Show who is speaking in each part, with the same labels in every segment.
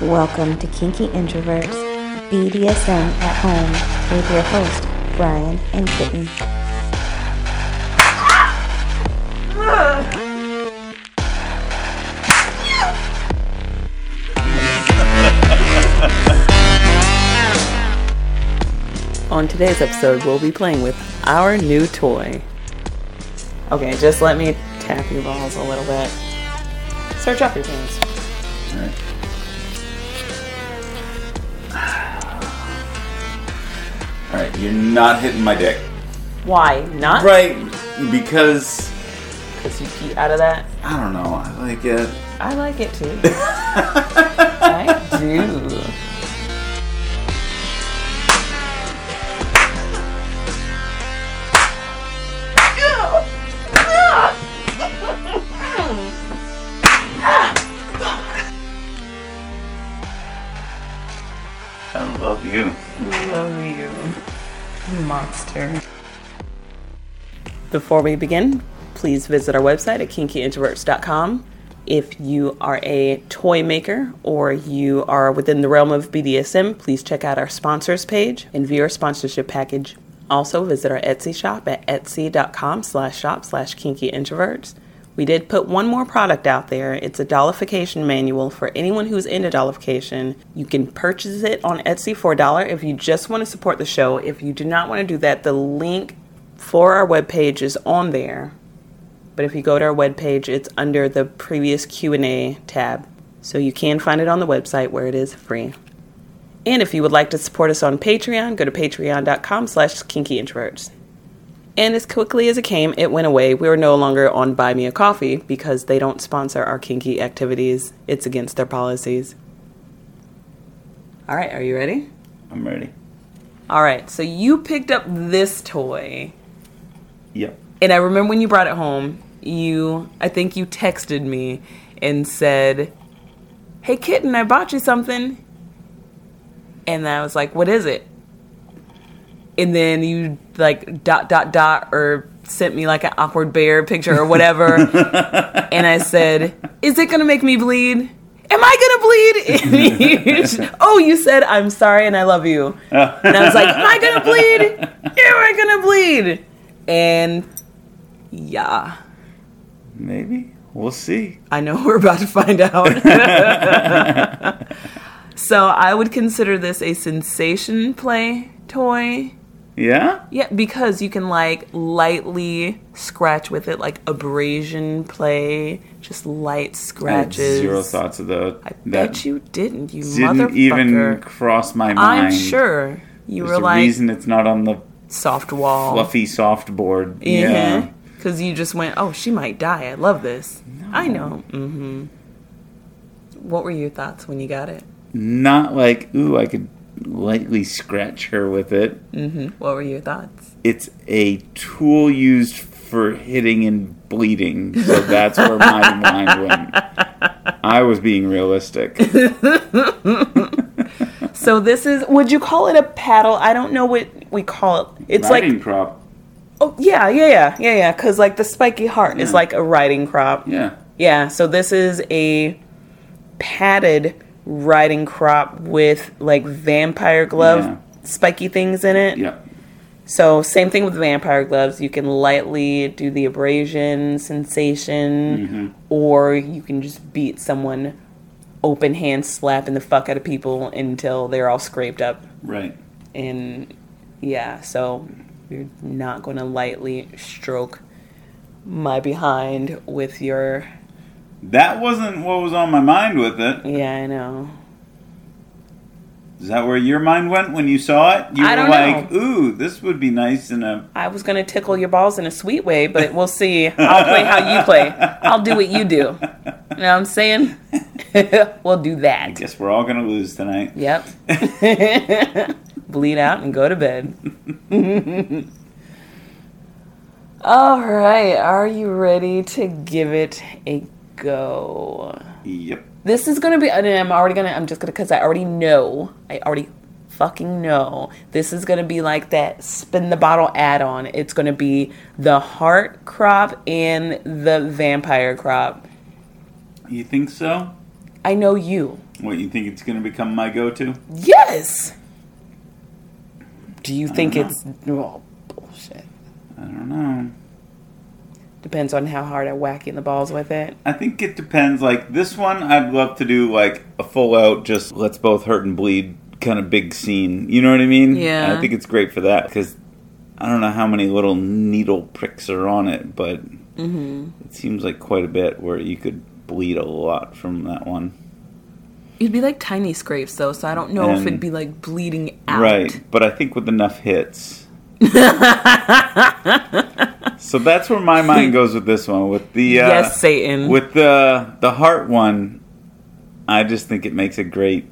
Speaker 1: Welcome to Kinky Introverts BDSM at Home with your host, Brian and Kitten.
Speaker 2: On today's episode, we'll be playing with our new toy. Okay, just let me tap your balls a little bit. Search up your things.
Speaker 3: All right, you're not hitting my dick.
Speaker 2: Why not?
Speaker 3: Right, because
Speaker 2: Because you keep out of that.
Speaker 3: I don't know. I like it.
Speaker 2: I like it too. I do.
Speaker 3: I love you.
Speaker 2: Before we begin, please visit our website at kinkyintroverts.com. If you are a toy maker or you are within the realm of BDSM, please check out our sponsors page and view our sponsorship package. Also, visit our Etsy shop at etsy.com slash shop slash kinkyintroverts. We did put one more product out there. It's a dollification manual for anyone who's into dollification. You can purchase it on Etsy for a dollar if you just want to support the show. If you do not want to do that, the link for our webpage is on there but if you go to our webpage it's under the previous q&a tab so you can find it on the website where it is free and if you would like to support us on patreon go to patreon.com slash kinky introverts and as quickly as it came it went away we were no longer on buy me a coffee because they don't sponsor our kinky activities it's against their policies all right are you ready
Speaker 3: I'm ready.
Speaker 2: all right so you picked up this toy
Speaker 3: Yep.
Speaker 2: and I remember when you brought it home, you I think you texted me and said, "Hey kitten, I bought you something." And I was like, "What is it?" And then you like dot dot dot or sent me like an awkward bear picture or whatever. and I said, "Is it going to make me bleed?" Am I gonna bleed? And you- oh, you said I'm sorry and I love you, and I was like, Am I gonna bleed? Am I gonna bleed? And yeah,
Speaker 3: Maybe we'll see.
Speaker 2: I know we're about to find out. so I would consider this a sensation play toy.
Speaker 3: Yeah.
Speaker 2: Yeah, because you can like lightly scratch with it, like abrasion play, just light
Speaker 3: I had
Speaker 2: scratches.
Speaker 3: zero thoughts of the.
Speaker 2: I
Speaker 3: that
Speaker 2: bet you didn't, you
Speaker 3: didn't
Speaker 2: motherfucker.
Speaker 3: even cross my mind.
Speaker 2: I'm sure you
Speaker 3: There's
Speaker 2: were
Speaker 3: a
Speaker 2: like
Speaker 3: reason it's not on the
Speaker 2: soft wall.
Speaker 3: fluffy soft board. Yeah.
Speaker 2: Because you just went, oh, she might die. I love this. I know. Mm-hmm. What were your thoughts when you got it?
Speaker 3: Not like ooh, I could lightly scratch her with it.
Speaker 2: What were your thoughts?
Speaker 3: It's a tool used for hitting and bleeding. So that's where my mind went. I was being realistic.
Speaker 2: So this is, would you call it a paddle? I don't know what we call it. It's
Speaker 3: Riding
Speaker 2: like,
Speaker 3: crop.
Speaker 2: oh, yeah, yeah, yeah, yeah, yeah. Because like the spiky heart is
Speaker 3: Yeah.
Speaker 2: like a riding crop.
Speaker 3: Yeah.
Speaker 2: Yeah, so this is a padded riding crop with like vampire glove
Speaker 3: Yeah.
Speaker 2: spiky things in it.
Speaker 3: Yep.
Speaker 2: So same thing with vampire gloves. You can lightly do the abrasion sensation, or you can just beat someone open hand slapping the fuck out of people until they're all scraped up.
Speaker 3: Right.
Speaker 2: And yeah, so you're not going to lightly stroke my behind with your.
Speaker 3: That wasn't what was on my mind with it.
Speaker 2: Yeah, I know.
Speaker 3: Is that where your mind went when you saw it? You
Speaker 2: I
Speaker 3: were
Speaker 2: don't
Speaker 3: like, ooh, this would be nice in a.
Speaker 2: I was going to tickle your balls in a sweet way, but we'll see. I'll play how you play. I'll do what you do. You know what I'm saying? we'll do that.
Speaker 3: I guess we're all going to lose tonight.
Speaker 2: Yep. Bleed out and go to bed. All right, are you ready to give it a go?
Speaker 3: Yep.
Speaker 2: This is gonna be, and I'm already gonna, I'm just gonna, cause I already know, I already fucking know. This is gonna be like that spin the bottle add on. It's gonna be the heart crop and the vampire crop.
Speaker 3: You think so?
Speaker 2: I know you.
Speaker 3: What you think it's going to become my go-to?
Speaker 2: Yes. Do you think
Speaker 3: know.
Speaker 2: it's oh bullshit?
Speaker 3: I don't know.
Speaker 2: Depends on how hard I whack you in the balls with it.
Speaker 3: I think it depends. Like this one, I'd love to do like a full out, just let's both hurt and bleed kind of big scene. You know what I mean?
Speaker 4: Yeah.
Speaker 3: I think it's great for that because I don't know how many little needle pricks are on it, but
Speaker 4: Mm-hmm.
Speaker 3: it seems like quite a bit where you could bleed a lot from that one.
Speaker 4: It'd be like tiny scrapes though, so I don't know if
Speaker 3: And-
Speaker 4: it'd be like bleeding out.
Speaker 3: Right. But I think with enough hits. so that's where my mind goes with this one. With the uh,
Speaker 4: Yes, Satan.
Speaker 3: With the the heart one, I just think it makes a great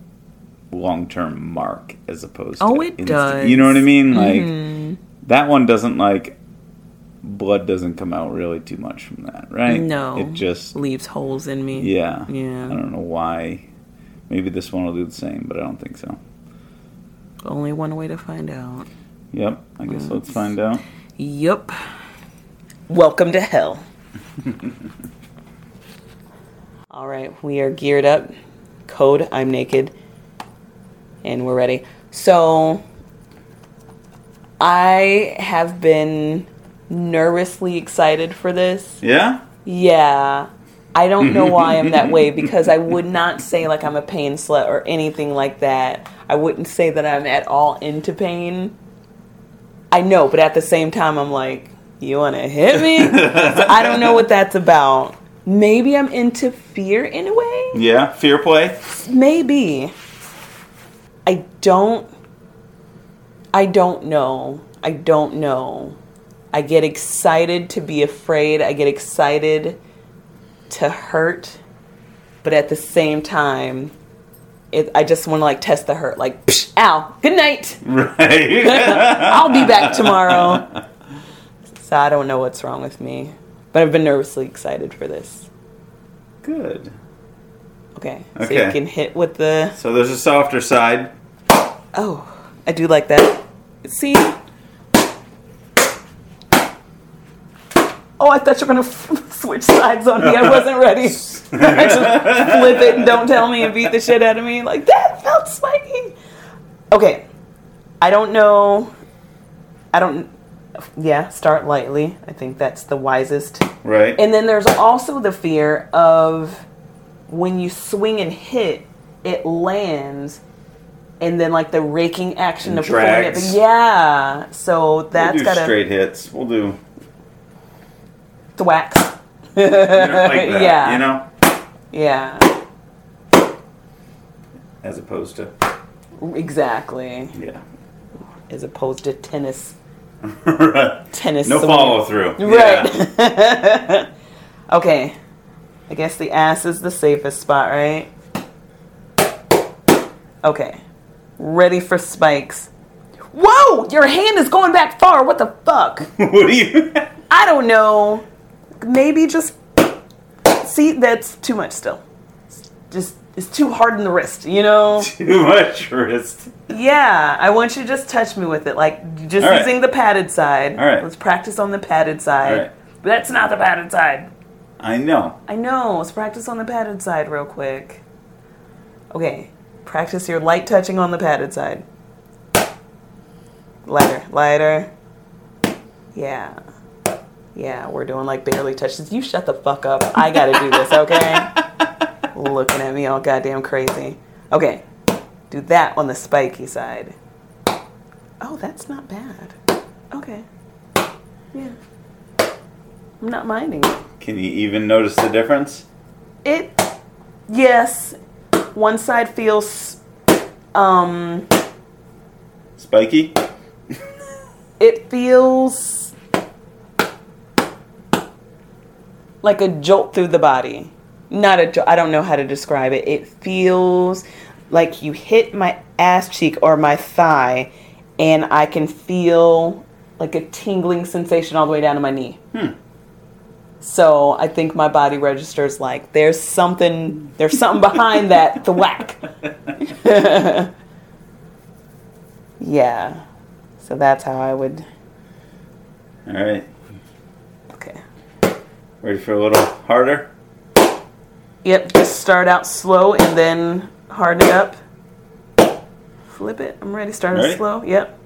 Speaker 3: long term mark as opposed.
Speaker 4: Oh,
Speaker 3: to
Speaker 4: it
Speaker 3: instant-
Speaker 4: does. Mm-hmm.
Speaker 3: You know what I mean? Like that one doesn't like blood doesn't come out really too much from that, right?
Speaker 4: No.
Speaker 3: it just
Speaker 4: Leaves holes in me.
Speaker 3: yeah
Speaker 4: Yeah.
Speaker 3: I don't know why. Maybe this one will do the same, but I don't think so.
Speaker 4: Only one way to find out.
Speaker 3: Yep, I guess let's find out.
Speaker 4: Yup.
Speaker 2: Welcome to hell. All right, we are geared up. Code, I'm naked. And we're ready. So, I have been nervously excited for this.
Speaker 3: Yeah?
Speaker 2: Yeah. I don't know why I'm that way because I would not say like I'm a pain slut or anything like that. I wouldn't say that I'm at all into pain. I know, but at the same time, I'm like, you want to hit me? So I don't know what that's about. Maybe I'm into fear in a way.
Speaker 3: Yeah, fear play.
Speaker 2: Maybe. I don't. I don't know. I don't know. I get excited to be afraid. I get excited to hurt. But at the same time, it, I just want to like test the hurt. Like, Psh, ow, good night.
Speaker 3: Right.
Speaker 2: I'll be back tomorrow. So I don't know what's wrong with me. But I've been nervously excited for this.
Speaker 3: Good.
Speaker 2: Okay. So
Speaker 3: Okay.
Speaker 2: you can hit with the.
Speaker 3: So there's a softer side.
Speaker 2: Oh, I do like that. See? Oh, I thought you were going to f- switch sides on me. I wasn't ready. I just flip it and don't tell me and beat the shit out of me. Like, that felt spiky. Okay. I don't know. I don't. Yeah, start lightly. I think that's the wisest.
Speaker 3: Right.
Speaker 2: And then there's also the fear of when you swing and hit, it lands, and then like the raking action of pulling it.
Speaker 3: drags.
Speaker 2: Yeah, so
Speaker 3: we'll
Speaker 2: that's
Speaker 3: do
Speaker 2: got to
Speaker 3: straight hits. We'll do
Speaker 2: thwack.
Speaker 3: you know, like that,
Speaker 2: Yeah.
Speaker 3: you know,
Speaker 2: Yeah,
Speaker 3: as opposed to
Speaker 2: exactly.
Speaker 3: yeah.
Speaker 2: As opposed to tennis,
Speaker 3: right.
Speaker 2: tennis.
Speaker 3: No
Speaker 2: swing.
Speaker 3: follow through.
Speaker 2: Right. Okay, I guess the ass is the safest spot, right? Okay, ready for spikes. Whoa, your hand is going back far. What the fuck?
Speaker 3: what do you?
Speaker 2: I don't know. Maybe just see that's too much still. Just it's too hard in the wrist, you know?
Speaker 3: Too much wrist.
Speaker 2: yeah, I want you to just touch me with it, like just
Speaker 3: All right.
Speaker 2: using the padded side.
Speaker 3: All right.
Speaker 2: Let's practice on the padded side.
Speaker 3: All right.
Speaker 2: But that's not the padded side.
Speaker 3: I know.
Speaker 2: I know. Let's practice on the padded side real quick. Okay. Practice your light touching on the padded side. Lighter, lighter. Yeah. Yeah, we're doing like barely touches. You shut the fuck up. I gotta do this, okay? Looking at me all goddamn crazy. Okay. Do that on the spiky side. Oh, that's not bad. Okay. Yeah. I'm not minding it.
Speaker 3: Can you even notice the difference?
Speaker 2: It, yes, one side feels, um,
Speaker 3: Spiky.
Speaker 2: it feels like a jolt through the body. Not a jolt, I don't know how to describe it. It feels like you hit my ass cheek or my thigh, and I can feel like a tingling sensation all the way down to my knee. So I think my body registers like there's something there's something behind that thwack. yeah. So that's how I would
Speaker 3: All right.
Speaker 2: okay.
Speaker 3: Ready for a little harder?
Speaker 2: Yep, just start out slow and then harden it up. Flip it. I'm ready. Start out
Speaker 3: Ready?
Speaker 2: slow. Yep.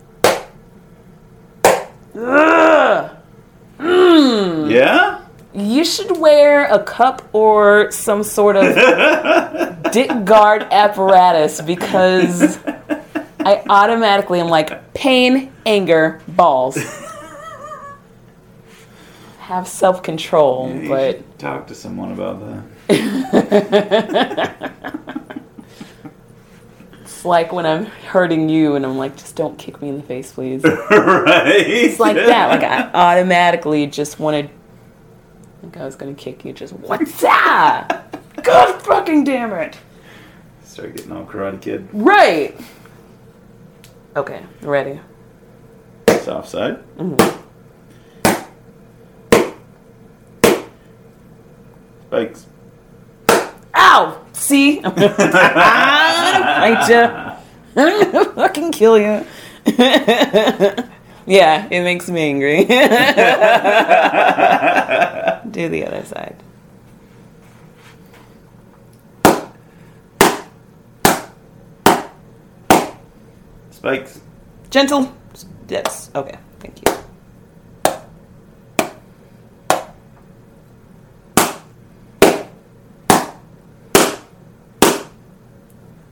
Speaker 2: Ugh. Mm.
Speaker 3: Yeah?
Speaker 2: You should wear a cup or some sort of dick guard apparatus because I automatically am like pain, anger, balls. Have self control,
Speaker 3: You
Speaker 2: but
Speaker 3: should talk to someone about that.
Speaker 2: it's like when I'm hurting you and I'm like, just don't kick me in the face, please.
Speaker 3: right?
Speaker 2: It's like that. Like I automatically just wanted. Like I was gonna kick you. Just what's that? God fucking damn it!
Speaker 3: Start getting all karate kid.
Speaker 2: Right. Okay, ready.
Speaker 3: Soft side.
Speaker 2: Mm-hmm.
Speaker 3: Spikes.
Speaker 2: Ow! See, I'm gonna fight you. I'm gonna fucking kill you. yeah, it makes me angry. Do the other side.
Speaker 3: Spikes.
Speaker 2: Gentle. Yes. Okay. Thank you.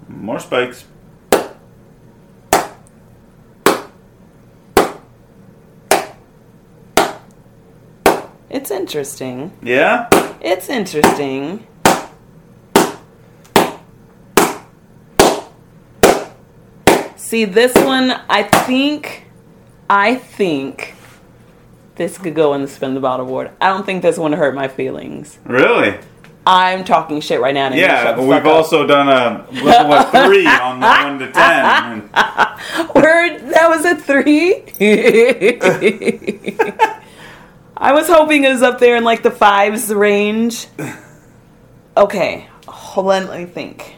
Speaker 3: More spikes.
Speaker 2: It's interesting.
Speaker 3: Yeah?
Speaker 2: It's interesting. See, this one, I think, I think this could go in the spin the bottle award. I don't think this one hurt my feelings.
Speaker 3: Really? I'm
Speaker 2: talking shit right now. and you
Speaker 3: Yeah,
Speaker 2: shut the
Speaker 3: but
Speaker 2: fuck
Speaker 3: we've
Speaker 2: up.
Speaker 3: also done a level of three on the one to ten. And
Speaker 2: Word, that was a three. I was hoping it was up there in like the fives range. Okay, hold on, let me think.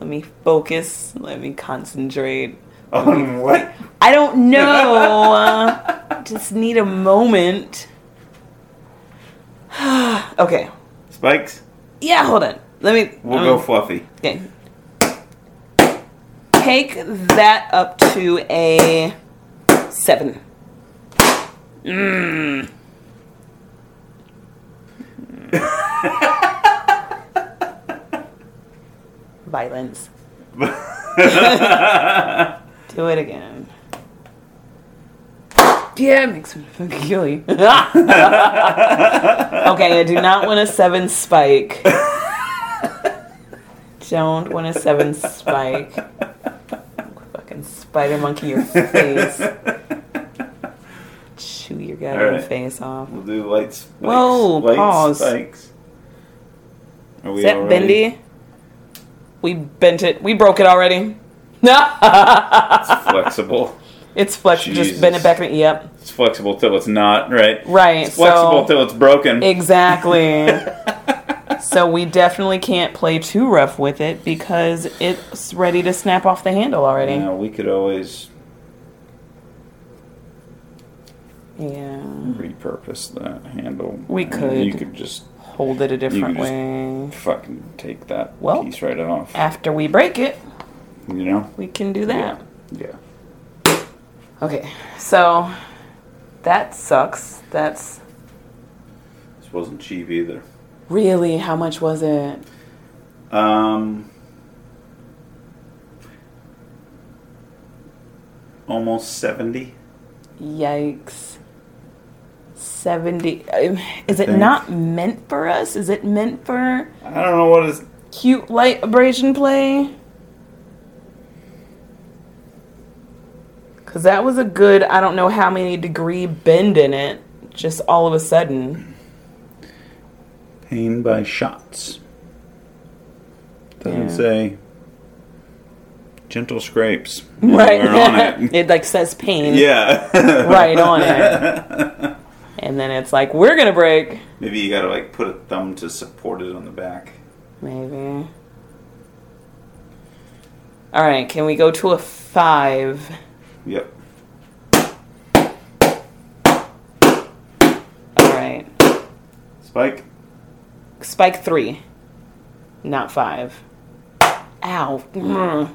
Speaker 2: Let me focus, let me concentrate.
Speaker 3: on what?
Speaker 2: I don't know. Just need a moment. okay.
Speaker 3: Spikes?
Speaker 2: Yeah, hold on. Let me. um, let
Speaker 3: We'll
Speaker 2: me-
Speaker 3: go fluffy.
Speaker 2: Okay. Take that up to a seven. Mm. Violence. Do it again. Yeah, it makes me fucking kill you. okay, I do not want a seven spike don't want a seven spike. Fucking spider monkey your face. Chew your goddamn
Speaker 3: Alright.
Speaker 2: face off.
Speaker 3: We'll do light spikes.
Speaker 2: Whoa,
Speaker 3: light
Speaker 2: pause.
Speaker 3: Spikes. Are we
Speaker 2: Is that
Speaker 3: all ready?
Speaker 2: bendy? We bent it. We broke it already.
Speaker 3: It's flexible.
Speaker 2: it's flexible. Just bend
Speaker 3: Jesus.
Speaker 2: it back. and- Yep.
Speaker 3: It's flexible till it's not, right?
Speaker 2: Right.
Speaker 3: It's flexible
Speaker 2: so
Speaker 3: till it's broken.
Speaker 2: exactly. so we definitely can't play too rough with it because it's ready to snap off the handle already.
Speaker 3: Now we could always
Speaker 2: Yeah.
Speaker 3: repurpose that handle.
Speaker 2: We
Speaker 3: I mean,
Speaker 2: could.
Speaker 3: You could just
Speaker 2: Hold it a different
Speaker 3: just-
Speaker 2: way.
Speaker 3: fucking take that
Speaker 2: Well-
Speaker 3: piece right off.
Speaker 2: After we break it,
Speaker 3: You know?
Speaker 2: we can do that.
Speaker 3: Yeah.
Speaker 2: Okay, so that sucks. That's
Speaker 3: This wasn't cheap either.
Speaker 2: really how much was it?
Speaker 3: Um, almost 70.
Speaker 2: Yikes. 70. um, Is it
Speaker 3: think.
Speaker 2: not meant for us? Is it meant for
Speaker 3: I don't know what is.
Speaker 2: cute light abrasion play? Because that was a good, I don't know how many degree bend in it, just all of a sudden.
Speaker 3: Pain by shots. Doesn't
Speaker 2: Yeah.
Speaker 3: say gentle scrapes.
Speaker 2: Right.
Speaker 3: anywhere on it.
Speaker 2: it like says pain
Speaker 3: yeah.
Speaker 2: right on it. And then it's like, we're going to break.
Speaker 3: Maybe you gotta like put a thumb to support it on the back.
Speaker 2: Maybe. All right, can we go to a five?
Speaker 3: Yep.
Speaker 2: All right.
Speaker 3: Spike.
Speaker 2: Spike three. not five. Ow. Mm.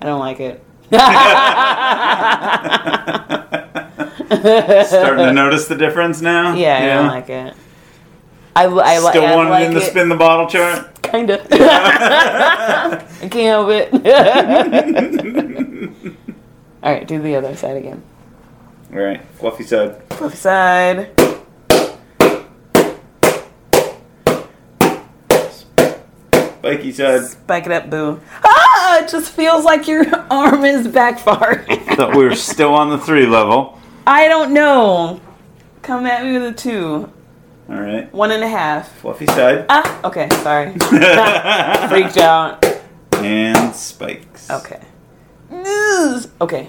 Speaker 2: I don't like it.
Speaker 3: Starting to notice the difference now.
Speaker 2: Yeah, I don't like it. I, l- I, li-
Speaker 3: Still
Speaker 2: I
Speaker 3: wanting
Speaker 2: like
Speaker 3: in the
Speaker 2: it.
Speaker 3: spin the bottle chart.
Speaker 2: Kind of. I can't help it. All right, do the other side again.
Speaker 3: All right, fluffy side.
Speaker 2: Flip side.
Speaker 3: Spiky side.
Speaker 2: Spike it up, boo. Ah! It just feels like your arm is back far.
Speaker 3: Thought we were still on the three level.
Speaker 2: I don't know. Come at me with a two.
Speaker 3: All right,
Speaker 2: One and a half.
Speaker 3: fluffy side
Speaker 2: Ah! Okay, sorry. Freaked out.
Speaker 3: and spikes.
Speaker 2: Okay. Ugh. Okay,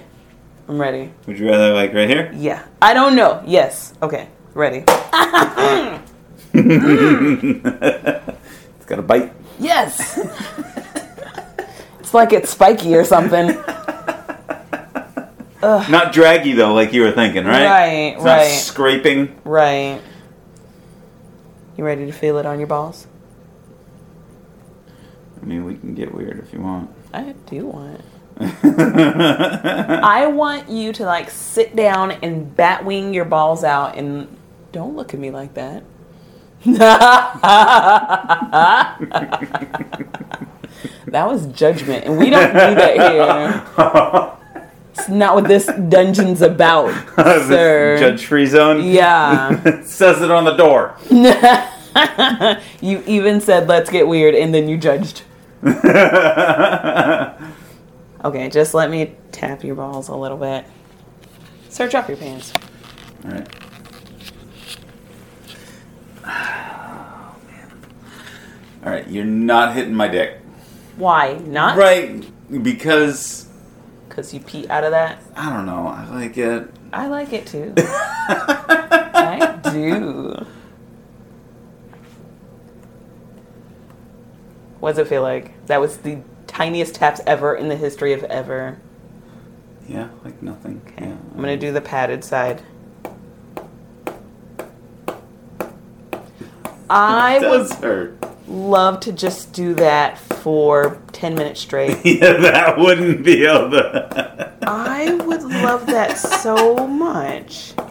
Speaker 2: I'm ready.
Speaker 3: Would you rather like right here?
Speaker 2: Yeah. I don't know. Yes. Okay, ready.
Speaker 3: It's got a bite.
Speaker 2: Yes! it's like it's spiky or something.
Speaker 3: Not draggy though, like you were thinking, right?
Speaker 2: Right,
Speaker 3: It's not
Speaker 2: right.
Speaker 3: scraping.
Speaker 2: Right. You ready to feel it on your balls?
Speaker 3: I mean, we can get weird if you want.
Speaker 2: I do want. I want you to like sit down and bat wing your balls out and don't look at me like that. that was judgment, and we don't do that here. It's not what this dungeon's about, sir.
Speaker 3: Judge free zone.
Speaker 2: yeah.
Speaker 3: It says it on the door.
Speaker 2: You even said let's get weird and then you judged. okay, just let me tap your balls a little bit. Search up your pants.
Speaker 3: All right. All right, you're not hitting my dick.
Speaker 2: Why not?
Speaker 3: Right, because
Speaker 2: Because you pee out of that.
Speaker 3: I don't know. I like it.
Speaker 2: I like it too. I do. What does it feel like? That was the tiniest taps ever in the history of ever.
Speaker 3: Yeah, like nothing.
Speaker 2: Okay.
Speaker 3: Yeah.
Speaker 2: I'm gonna do the padded side. I
Speaker 3: It
Speaker 2: would
Speaker 3: does hurt.
Speaker 2: love to just do that for 10 minutes straight.
Speaker 3: Yeah, that wouldn't be able to.
Speaker 2: I would love that so much.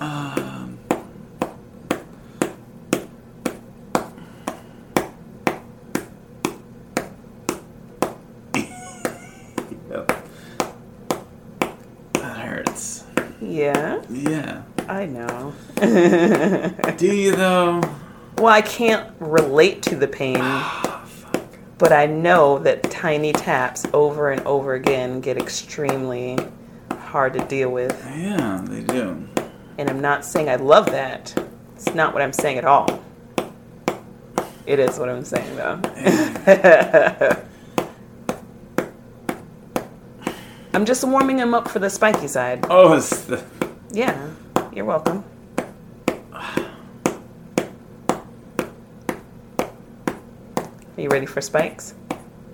Speaker 3: Yep. That hurts.
Speaker 2: Yeah,
Speaker 3: Yeah.
Speaker 2: I know.
Speaker 3: Do you though?
Speaker 2: Well, I can't relate to the pain, but I know that tiny taps over and over again get extremely hard to deal with.
Speaker 3: Yeah, they do.
Speaker 2: And I'm not saying I love that. It's not what I'm saying at all. It is what I'm saying, though. I'm just warming him up for the spiky side.
Speaker 3: Oh, it's the.
Speaker 2: Yeah, you're welcome. Are you ready for spikes?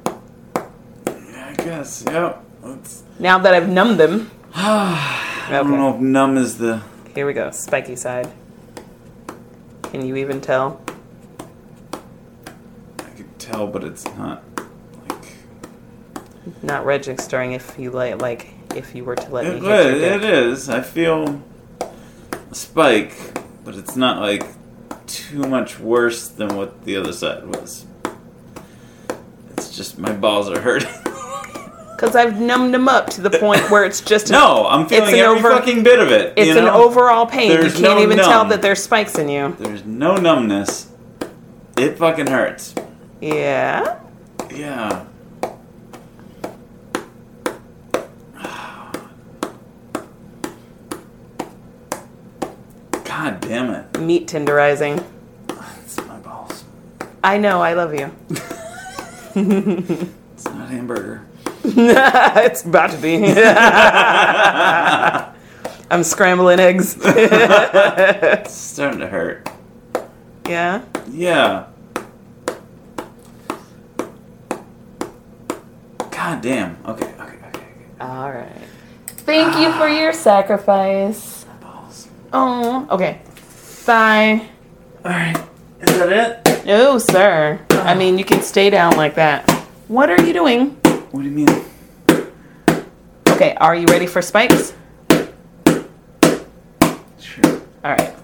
Speaker 3: I guess. Yep. Let's.
Speaker 2: Now that I've numbed them.
Speaker 3: I don't
Speaker 2: Okay.
Speaker 3: know if numb is the.
Speaker 2: Here we go, spiky side. Can you even tell?
Speaker 3: I could tell, but it's not. Like.
Speaker 2: Not registering if you let, like, if you were to let me
Speaker 3: It,
Speaker 2: hit your
Speaker 3: it- it
Speaker 2: dick.
Speaker 3: is. I feel a spike, but it's not like too much worse than what the other side was. It's just my balls are hurting.
Speaker 2: Because I've numbed them up to the point where it's just an-
Speaker 3: no, I'm feeling
Speaker 2: an
Speaker 3: every
Speaker 2: over-
Speaker 3: fucking bit of it.
Speaker 2: it's
Speaker 3: you
Speaker 2: an
Speaker 3: know?
Speaker 2: overall pain. You
Speaker 3: There's
Speaker 2: can't
Speaker 3: no
Speaker 2: even tell
Speaker 3: numb.
Speaker 2: that there's spikes in you.
Speaker 3: There's no numbness. It fucking hurts.
Speaker 2: Yeah.
Speaker 3: Yeah. God damn it.
Speaker 2: Meat tenderizing.
Speaker 3: It's my balls.
Speaker 2: I know. I love you.
Speaker 3: It's not hamburger.
Speaker 2: it's about to be. I'm scrambling eggs.
Speaker 3: It's starting to hurt.
Speaker 2: yeah.
Speaker 3: Yeah. God damn. Okay, okay, okay, okay.
Speaker 2: All right. Thank you for your sacrifice.
Speaker 3: Balls.
Speaker 2: Oh. Okay. Bye.
Speaker 3: Alright. Is that it?
Speaker 2: No, sir. I mean, you can stay down like that. What are you doing?
Speaker 3: What do you mean?
Speaker 2: Okay, are you ready for spikes?
Speaker 3: Sure.
Speaker 2: All right.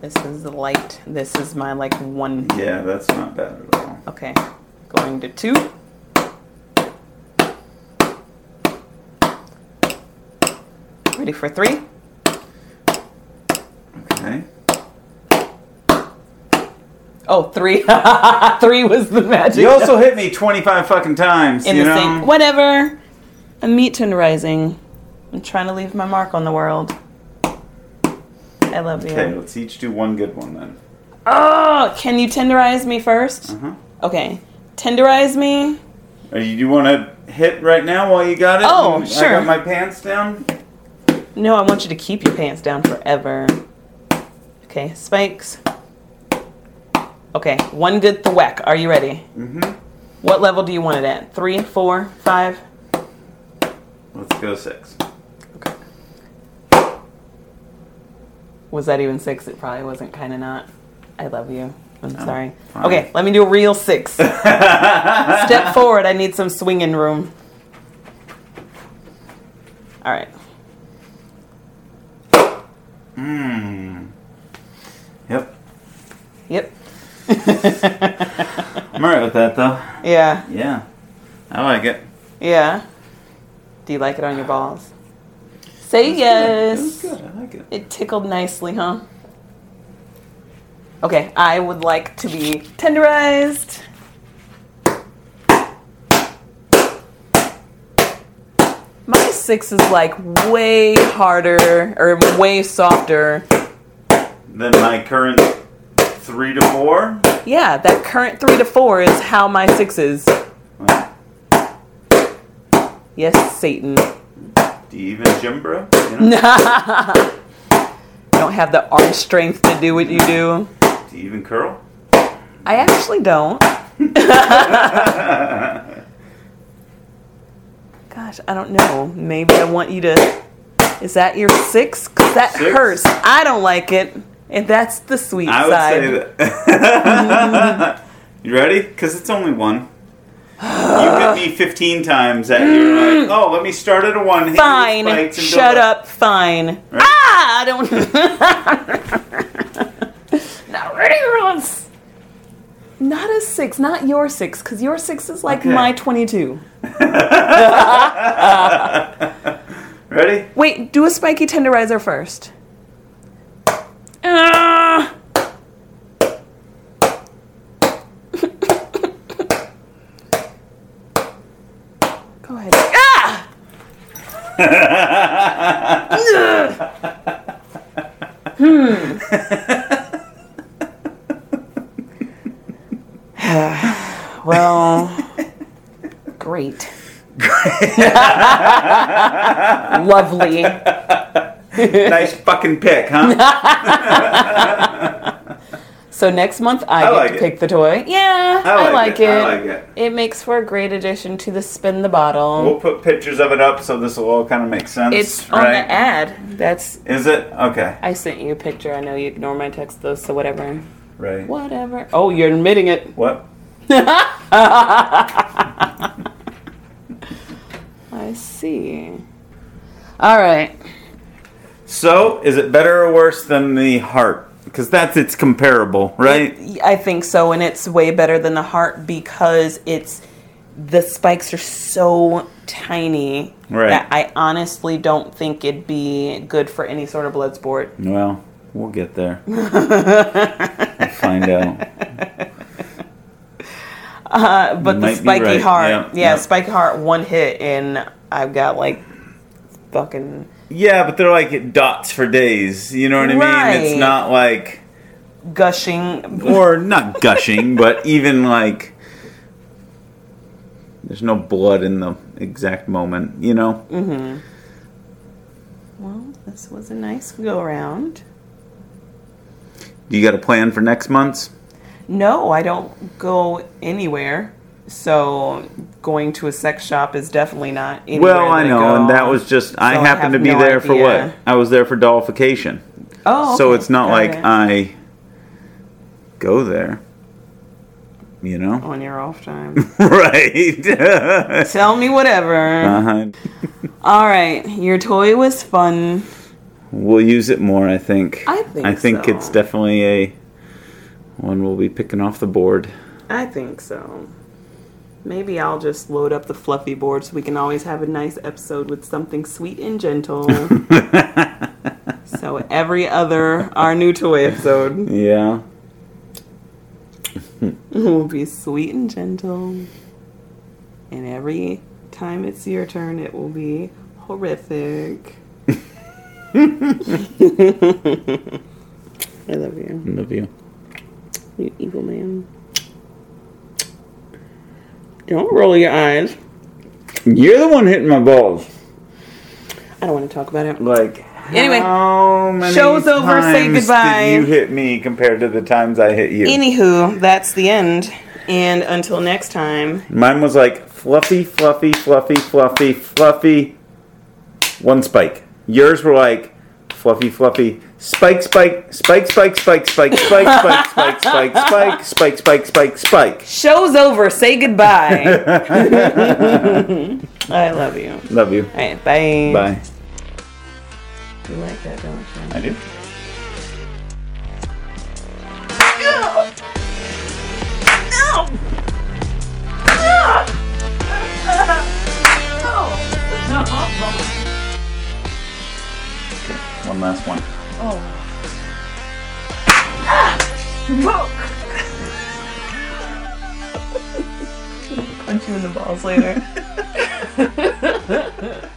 Speaker 2: This is the light. This is my like one.
Speaker 3: Yeah, that's not bad at all.
Speaker 2: Okay, going to two. Ready for three?
Speaker 3: Okay.
Speaker 2: Oh, three. three was the magic.
Speaker 3: You also hit me 25 fucking times,
Speaker 2: in
Speaker 3: you
Speaker 2: the
Speaker 3: know?
Speaker 2: same. Whatever. A meat tune rising. I'm trying to leave my mark on the world. I love you.
Speaker 3: Okay, let's each do one good one then.
Speaker 2: Oh, can you tenderize me 1st
Speaker 3: Uh-huh.
Speaker 2: Okay, tenderize me.
Speaker 3: Are you, you want to hit right now while you got it?
Speaker 2: Oh,
Speaker 3: And
Speaker 2: sure.
Speaker 3: I got my pants down.
Speaker 2: No, I want you to keep your pants down forever. Okay, spikes. Okay, one good thwack. Are you ready?
Speaker 3: Mm-hmm.
Speaker 2: What level do you want it at? Three, four, five?
Speaker 3: Let's go six.
Speaker 2: Okay. Was that even six? It probably wasn't, kind of not. I love you. I'm sorry.
Speaker 3: Oh, fine.
Speaker 2: Okay, let me do a real six. Step forward. I need some swinging room. All right.
Speaker 3: Mm. Yep.
Speaker 2: Yep.
Speaker 3: I'm alright with that though.
Speaker 2: Yeah.
Speaker 3: Yeah. I like it.
Speaker 2: Yeah. Do you like it on your balls? Say yes.
Speaker 3: It was good. I like it.
Speaker 2: It tickled nicely, huh? Okay, I would like to be tenderized. My six is like way harder or way softer.
Speaker 3: Then my current three to four.
Speaker 2: Yeah, that current three to four is how my six is.
Speaker 3: Well,
Speaker 2: Yes, Satan.
Speaker 3: do you even gym, bro? You know?
Speaker 2: Don't have the arm strength to do what you do.
Speaker 3: Do you even curl?
Speaker 2: I actually don't. Gosh, I don't know. Maybe I want you to. Is that your six? 'Cause that
Speaker 3: Six?
Speaker 2: hurts. I don't like it. And that's the sweet
Speaker 3: I would
Speaker 2: side.
Speaker 3: say that. you ready? Because it's only one. You hit me 15 times at you're like, oh, let me start at a one. hit me with
Speaker 2: Mm. Fine.
Speaker 3: spikes and
Speaker 2: Shut
Speaker 3: build
Speaker 2: up. Fine.
Speaker 3: Right.
Speaker 2: Ah, I don't. not ridiculous. Not a six. Not your six. Because your six is like
Speaker 3: Okay.
Speaker 2: my 22.
Speaker 3: Ready?
Speaker 2: Wait, do a spiky tenderizer first. Ah! Go ahead. Ah! hmm. well, great. Lovely.
Speaker 3: nice fucking pick, huh?
Speaker 2: So next month I,
Speaker 3: I
Speaker 2: get
Speaker 3: like
Speaker 2: to
Speaker 3: it.
Speaker 2: pick the toy. Yeah,
Speaker 3: I like
Speaker 2: it.
Speaker 3: it. I like it.
Speaker 2: makes for a great addition to the spin the bottle.
Speaker 3: we'll put pictures of it up so this will all kind of make sense.
Speaker 2: it's on
Speaker 3: right?
Speaker 2: the ad. That's
Speaker 3: Is it? Okay.
Speaker 2: I sent you a picture. I know you ignore my text though, so whatever.
Speaker 3: Right.
Speaker 2: Whatever. Oh, you're admitting it.
Speaker 3: What?
Speaker 2: I see. All right.
Speaker 3: So, is it better or worse than the heart? Because that's its comparable, right?
Speaker 2: I think so, and it's way better than the heart because it's the spikes are so tiny
Speaker 3: Right.
Speaker 2: that I honestly don't think it'd be good for any sort of blood sport.
Speaker 3: Well, we'll get there. we'll find out.
Speaker 2: But
Speaker 3: You
Speaker 2: Uh, the
Speaker 3: might be
Speaker 2: spiky
Speaker 3: right.
Speaker 2: heart,
Speaker 3: Yeah,
Speaker 2: yeah,
Speaker 3: yeah.
Speaker 2: spiky heart, one hit, and I've got like fucking
Speaker 3: Yeah, but they're like dots for days. You know what I mean? It's
Speaker 2: Right.
Speaker 3: not like,
Speaker 2: gushing.
Speaker 3: or not gushing, but even like, there's no blood in the exact moment. You know?
Speaker 2: Mm. Well, this was a nice go around.
Speaker 3: Do you got a plan for next month's?
Speaker 2: No, I don't go anywhere, so going to a sex shop is definitely not anywhere.
Speaker 3: Well, I
Speaker 2: that
Speaker 3: know,
Speaker 2: go.
Speaker 3: and that was just I
Speaker 2: So I
Speaker 3: happened to
Speaker 2: have
Speaker 3: be
Speaker 2: no
Speaker 3: there for
Speaker 2: idea.
Speaker 3: what? I was there for dollification.
Speaker 2: oh,
Speaker 3: So
Speaker 2: okay.
Speaker 3: it's not
Speaker 2: Got
Speaker 3: like
Speaker 2: it.
Speaker 3: I go there. You know?
Speaker 2: on your off time.
Speaker 3: right. uh-huh.
Speaker 2: Tell me whatever. All right, your toy was fun.
Speaker 3: We'll use it more, I think.
Speaker 2: I think
Speaker 3: I think
Speaker 2: so.
Speaker 3: it's definitely a one we'll be picking off the board.
Speaker 2: I think so. Maybe I'll just load up the fluffy board so we can always have a nice episode with something sweet and gentle. so every other our new toy episode
Speaker 3: Yeah.
Speaker 2: will be sweet and gentle. And every time it's your turn it will be horrific. I love you.
Speaker 3: Love you.
Speaker 2: You evil man. Don't roll your eyes.
Speaker 3: You're the one hitting my balls.
Speaker 2: I don't want to talk about it.
Speaker 3: Like
Speaker 4: Anyway,
Speaker 3: how many
Speaker 2: show's over, say
Speaker 3: times did
Speaker 2: goodbye.
Speaker 3: you hit me compared to the times I hit you.
Speaker 2: Anywho, that's the end. And until next time,
Speaker 3: Mine was like fluffy, fluffy, fluffy, fluffy, fluffy. One spike. Yours were like fluffy, fluffy, spike, spike, spike, spike, spike, spike, spike, spike, spike, spike, spike, spike, spike, spike, spike.
Speaker 2: show's over. Say goodbye. I love you. All
Speaker 3: Love you.
Speaker 2: right, bye.
Speaker 3: Bye.
Speaker 2: You like that, don't you?
Speaker 3: I do. One last one.
Speaker 2: Punch you in the balls later.